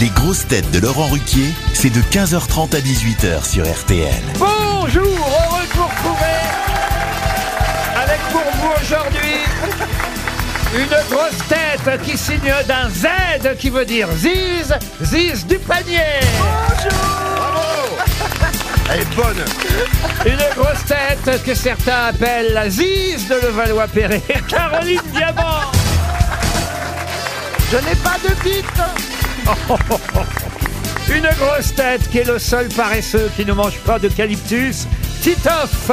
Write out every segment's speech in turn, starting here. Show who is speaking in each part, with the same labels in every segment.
Speaker 1: Les grosses têtes de Laurent Ruquier, c'est de 15h30 à 18h sur RTL.
Speaker 2: Bonjour, heureux de vous retrouver avec pour vous aujourd'hui une grosse tête qui signe d'un Z qui veut dire Ziz, Ziz du panier.
Speaker 3: Elle est bonne.
Speaker 2: Une grosse tête que certains appellent la Ziz de Levallois-Perret, Caroline Diamant. Je n'ai pas de bite. Une grosse tête qui est le seul paresseux qui ne mange pas d'eucalyptus, Titoff.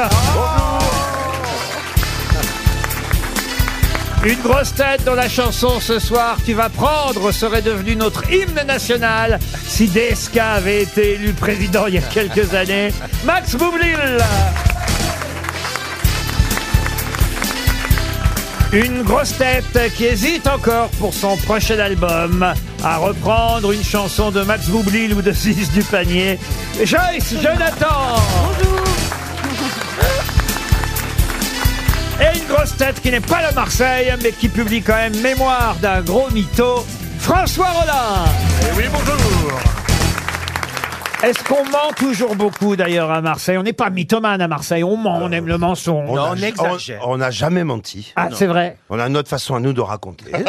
Speaker 2: Une grosse tête dont la chanson ce soir Tu vas prendre serait devenue notre hymne national si Desca avait été élu président il y a quelques années. Max Boublil Une grosse tête qui hésite encore pour son prochain album à reprendre une chanson de Max Boublil ou de Ziz du panier. Joyce Jonathan Et une grosse tête qui n'est pas la Marseille, mais qui publie quand même Mémoire d'un gros mytho, François Rollin.
Speaker 3: Eh oui, bonjour.
Speaker 2: Est-ce qu'on ment toujours beaucoup d'ailleurs à Marseille On n'est pas mythomane à Marseille, on ment, on aime le mensonge.
Speaker 3: a-
Speaker 4: on exagère.
Speaker 3: On on n'a jamais menti.
Speaker 2: Ah, c'est vrai
Speaker 3: On a notre façon à nous de raconter.
Speaker 4: On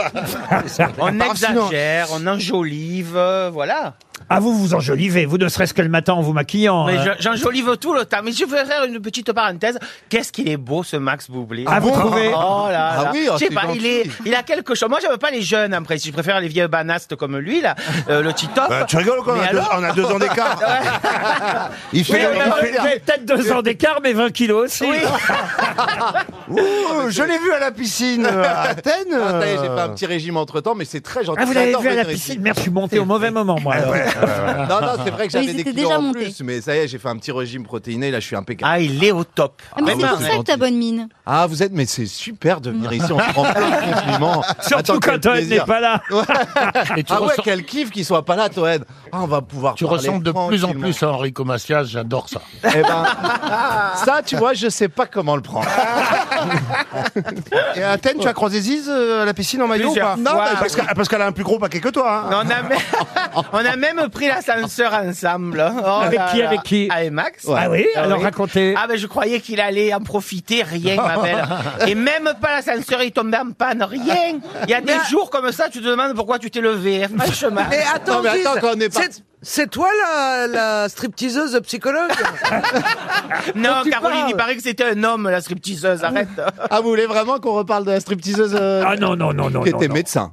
Speaker 3: part sinon-
Speaker 4: exagère, on enjolive, euh, voilà.
Speaker 2: Ah, vous vous enjolivez, vous ne serait-ce que le matin en vous maquillant.
Speaker 4: Mais
Speaker 2: hein.
Speaker 4: je- j'enjolive tout le temps. Mais je vais faire une petite parenthèse. Qu'est-ce qu'il est beau ce Max Boublil.
Speaker 2: Ah, vous trouvez
Speaker 4: Oh là
Speaker 5: Ah
Speaker 4: là.
Speaker 5: oui, oh,
Speaker 4: je sais
Speaker 5: c'est
Speaker 4: pas,
Speaker 5: gentil.
Speaker 4: il, est, il a quelque chose. Moi, j'aime pas les jeunes après. Je préfère les vieux banastes comme lui, là, euh, le Titop.
Speaker 3: Bah, tu rigoles quoi on
Speaker 4: Mais
Speaker 3: a, deux,
Speaker 4: alors
Speaker 3: on a deux ans d'écart. Il
Speaker 2: Oui,
Speaker 3: fait,
Speaker 2: on
Speaker 3: il
Speaker 2: a-
Speaker 3: fait l'air.
Speaker 2: vous avez peut-être deux ans d'écart, mais 20 kilos aussi.
Speaker 3: Ouh, Oh, je l'ai vu à la piscine euh, à Athènes.
Speaker 5: Ah, ça y est, j'ai
Speaker 3: euh,
Speaker 5: fait un petit régime entre temps, mais c'est très gentil.
Speaker 2: Ah, vous l'avez
Speaker 5: J'adore
Speaker 2: vu à la
Speaker 5: venir
Speaker 2: piscine
Speaker 5: ici.
Speaker 2: Merde, je suis monté au mauvais moment, moi. alors.
Speaker 5: Non, non, c'est vrai que j'avais
Speaker 6: ils
Speaker 5: des
Speaker 6: étaient
Speaker 5: kilos
Speaker 6: déjà
Speaker 5: en
Speaker 6: montés.
Speaker 5: plus, mais ça y est, j'ai fait un petit régime protéiné, là je suis impeccable.
Speaker 4: Ah, il est au top.
Speaker 6: Ah, mais
Speaker 5: Ah,
Speaker 6: c'est
Speaker 5: oui,
Speaker 6: pour
Speaker 5: c'est
Speaker 6: ça que
Speaker 5: gentil.
Speaker 6: t'as bonne mine.
Speaker 5: Ah, vous êtes, mais c'est super de venir ici, on se prend plein de compliments.
Speaker 2: Surtout
Speaker 5: Attends, quel
Speaker 2: quand Owen n'est
Speaker 5: plaisir.
Speaker 2: pas là.
Speaker 7: Et tu,
Speaker 5: Ah ouais,
Speaker 7: ressens-
Speaker 5: quel kiff qu'il soit pas là, Toen. Ah, on va pouvoir
Speaker 7: tu
Speaker 5: parler
Speaker 7: ressembles de plus en
Speaker 5: tranquillement.
Speaker 7: plus à Enrico Macias, j'adore ça.
Speaker 5: Eh ben, ça, tu vois, je sais pas comment le prendre.
Speaker 3: Et à Athènes, tu as croisé Ziz euh, à la piscine en maillot ou pas
Speaker 4: Plusieurs fois.
Speaker 3: bah, parce qu'elle parce qu'elle a un plus gros paquet que toi. hein.
Speaker 4: On a, même, on a même pris l'ascenseur ensemble. Oh
Speaker 2: Avec
Speaker 4: là
Speaker 2: qui,
Speaker 4: là.
Speaker 2: avec qui
Speaker 4: Avec Max.
Speaker 2: Ah oui Alors racontez.
Speaker 4: Ah ben je croyais qu'il allait en profiter, rien ma belle. Et même pas l'ascenseur, il tombait en panne, rien. Il y a
Speaker 8: euh,
Speaker 4: des jours comme ça, tu te demandes pourquoi tu t'es levé,
Speaker 8: Ah,
Speaker 4: franchement.
Speaker 8: Mais attends,
Speaker 5: Non, mais attends,
Speaker 8: Gilles,
Speaker 5: quand on est
Speaker 8: c'est-
Speaker 5: parti-
Speaker 8: c'est toi la, la stripteaseuse psychologue
Speaker 4: Non,
Speaker 8: tu
Speaker 4: Caroline,
Speaker 8: parles.
Speaker 4: il paraît que c'était un homme, la stripteaseuse, arrête.
Speaker 5: Ah, vous voulez vraiment qu'on reparle de la stripteaseuse euh,
Speaker 2: Ah non, non, non, non.
Speaker 5: qui
Speaker 2: non,
Speaker 5: était
Speaker 2: non.
Speaker 5: médecin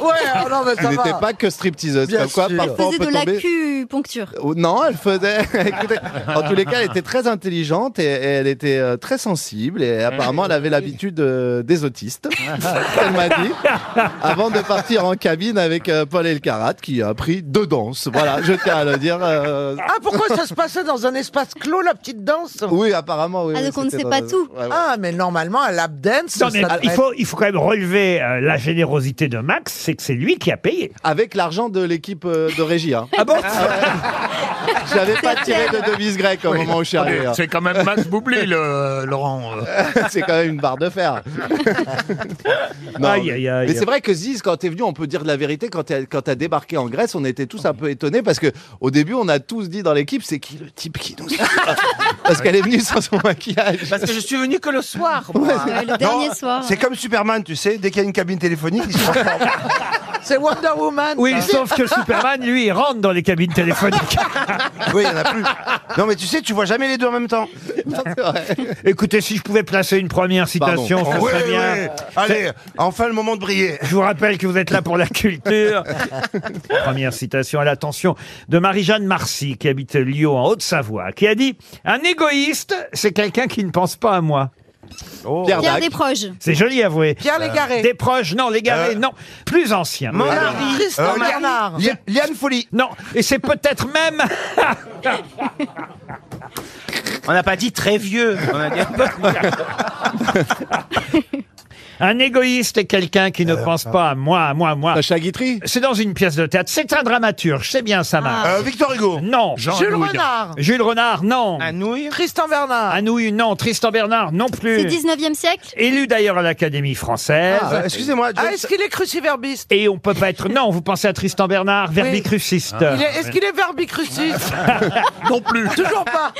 Speaker 8: Ouais, alors non, mais
Speaker 5: Elle
Speaker 8: ça
Speaker 5: n'était
Speaker 8: va.
Speaker 5: pas que stripteaseuse.
Speaker 8: Bien
Speaker 5: Comme quoi,
Speaker 8: sûr.
Speaker 5: parfois, on
Speaker 6: Faisais
Speaker 5: peut
Speaker 6: de
Speaker 5: tomber...
Speaker 6: l'acupuncture.
Speaker 5: Oh, Non, elle faisait. Écoutez, en tous les cas, elle était très intelligente et, et elle était euh, très sensible et apparemment elle avait l'habitude euh, des autistes. C'est ce qu'elle m'a dit avant de partir en cabine avec euh, Paul Elkarat qui a appris deux danses. Voilà, je tiens à le dire. euh,
Speaker 8: Ah, pourquoi ça se passait dans un espace clos, la petite danse
Speaker 5: Oui, apparemment. Oui,
Speaker 6: Ah,
Speaker 5: oui,
Speaker 6: donc on ne
Speaker 5: c'était
Speaker 6: sait pas
Speaker 5: dans-
Speaker 6: tout.
Speaker 5: Ouais, ouais.
Speaker 8: Ah, mais normalement, à lap dance,
Speaker 2: Non, mais
Speaker 8: ça
Speaker 2: il
Speaker 8: devrait
Speaker 2: faut, il faut quand même relever euh, la générosité de Max, c'est que c'est lui qui a payé.
Speaker 5: Avec l'argent de l'équipe euh, de régie. Hein.
Speaker 2: Ah bon
Speaker 5: Je n'avais pas tiré de devise grecque au moment où je suis
Speaker 7: Attendez,
Speaker 5: arrivé. hein.
Speaker 7: C'est quand même Max Boublil, euh, Laurent. euh.
Speaker 5: C'est quand même une barre de fer. Non,
Speaker 2: Aïe,
Speaker 5: mais-
Speaker 2: aïe, aïe.
Speaker 5: Mais c'est vrai que Ziz, quand t'es venu, on peut dire de la vérité. Quand t'as quand t'as débarqué en Grèce, on était tous un peu étonnés parce que au début, on a tous dit dans l'équipe, c'est qui le type qui nous Parce qu'elle est venue sans son maquillage.
Speaker 4: Parce que je suis venu que le soir. moi.
Speaker 5: Ah.
Speaker 6: Euh, le dernier soir.
Speaker 3: C'est comme Superman, tu sais, dès qu'il y a une cabine téléphonique, il se transforme.
Speaker 8: C'est Wonder Woman.
Speaker 2: Oui, sauf que Superman, lui, il rentre dans les cabines téléphoniques.
Speaker 3: oui, il y en a plus. Non, mais tu sais, tu vois jamais les deux en même temps.
Speaker 5: C'est vrai.
Speaker 2: Écoutez, si je pouvais placer une première citation, ce
Speaker 3: Ouais,
Speaker 2: serait Ah, bien.
Speaker 3: ouais. Allez, enfin le moment de briller.
Speaker 2: Je vous rappelle que vous êtes là pour la culture. Première citation à l'attention de Marie-Jeanne Marcy, qui habite Lyon, en Haute-Savoie, qui a dit « Un égoïste, c'est quelqu'un qui ne pense pas à moi.
Speaker 3: Oh.
Speaker 5: Pierre
Speaker 6: Pierre
Speaker 5: Dac.
Speaker 6: Desproges.
Speaker 2: C'est joli, avoué.
Speaker 8: Pierre Légaré.
Speaker 2: Des proches, non, les garés,
Speaker 3: Euh,
Speaker 2: non. Plus ancien.
Speaker 4: Mon mari.
Speaker 8: Tristan
Speaker 3: Euh,
Speaker 8: Bernard.
Speaker 3: Li- Liane Folie.
Speaker 2: Non, et c'est peut-être même...
Speaker 4: On n'a pas dit très vieux. On a dit...
Speaker 2: Un égoïste est quelqu'un qui ne pense pas à moi, à moi, à moi.
Speaker 5: Sacha Guitry
Speaker 2: C'est dans une pièce de théâtre. C'est un dramaturge, c'est bien ça, marche.
Speaker 3: Euh, Victor Hugo.
Speaker 2: Non.
Speaker 7: Jean
Speaker 8: Jules
Speaker 7: Anouilh.
Speaker 8: Renard.
Speaker 2: Jules Renard, non.
Speaker 4: Un nouille
Speaker 8: Tristan Bernard.
Speaker 2: Anouilh, non. Tristan Bernard, non
Speaker 6: C'est
Speaker 2: plus.
Speaker 6: 19e siècle
Speaker 2: Élu d'ailleurs à l'Académie française.
Speaker 3: Euh, Excusez-moi,
Speaker 8: Ah,
Speaker 3: James-
Speaker 8: est-ce qu'il est cruciverbiste
Speaker 2: Et on peut pas être. Non, vous pensez à Tristan Bernard, verbicruciste.
Speaker 8: Il est- Est-ce qu'il est verbicruciste
Speaker 7: Non plus.
Speaker 8: Toujours pas.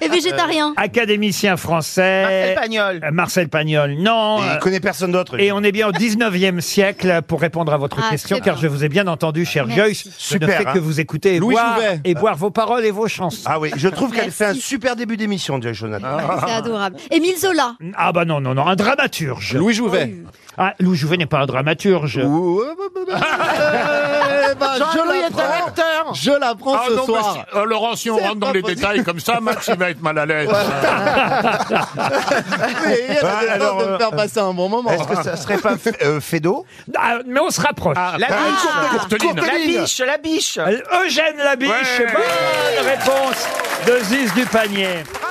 Speaker 6: Et végétarien
Speaker 2: Académicien français.
Speaker 4: Marcel Pagnol.
Speaker 2: Euh, Marcel Pagnol, non.
Speaker 3: il
Speaker 2: Euh,
Speaker 3: connaît personne d'autre. lui.
Speaker 2: Et on est bien au 19e siècle pour répondre à votre
Speaker 6: Ah,
Speaker 2: question,
Speaker 6: très
Speaker 2: car
Speaker 6: bien.
Speaker 2: je vous ai bien entendu, cher
Speaker 6: Merci.
Speaker 2: Joyce. Je ne
Speaker 3: Super,
Speaker 2: fais
Speaker 3: hein.
Speaker 2: que vous écouter et
Speaker 5: Louis
Speaker 2: boire,
Speaker 5: Jouvet.
Speaker 2: et boire vos paroles et vos chansons. Ah.
Speaker 3: Ah oui, je trouve qu'elle
Speaker 6: Merci.
Speaker 3: fait un super début d'émission, Joyce Jonathan.
Speaker 8: Ah.
Speaker 5: Euh.
Speaker 6: C'est adorable. Émile Zola
Speaker 2: bah non, non, non, un dramaturge.
Speaker 5: Louis Jouvet.
Speaker 2: Ah, Louis Jouvet n'est pas un dramaturge.
Speaker 5: Ouh, euh, bah, bah, bah, euh, bah,
Speaker 8: Jean-Louis est un
Speaker 5: Je
Speaker 8: acteur.
Speaker 5: l'apprends. Je l'apprends
Speaker 7: Ah
Speaker 5: ce
Speaker 7: non, mais
Speaker 5: soir.
Speaker 7: si- euh, Laurent, si on
Speaker 5: C'est
Speaker 7: rentre dans
Speaker 5: pas
Speaker 7: les
Speaker 5: possible.
Speaker 7: détails comme ça, Max, il va être mal à l'aise.
Speaker 5: Mais il y a
Speaker 3: Ah,
Speaker 5: des
Speaker 3: alors,
Speaker 5: chances de me
Speaker 3: euh,
Speaker 5: faire passer un bon moment.
Speaker 3: Est-ce que ça serait pas F- euh, Fédo
Speaker 2: Ah, mais on se rapproche.
Speaker 4: La
Speaker 8: Ah,
Speaker 4: biche.
Speaker 7: Courteline.
Speaker 4: La biche, la biche.
Speaker 2: Eugène Labiche,
Speaker 7: Ouais.
Speaker 2: bonne réponse de Ziz du panier. Bravo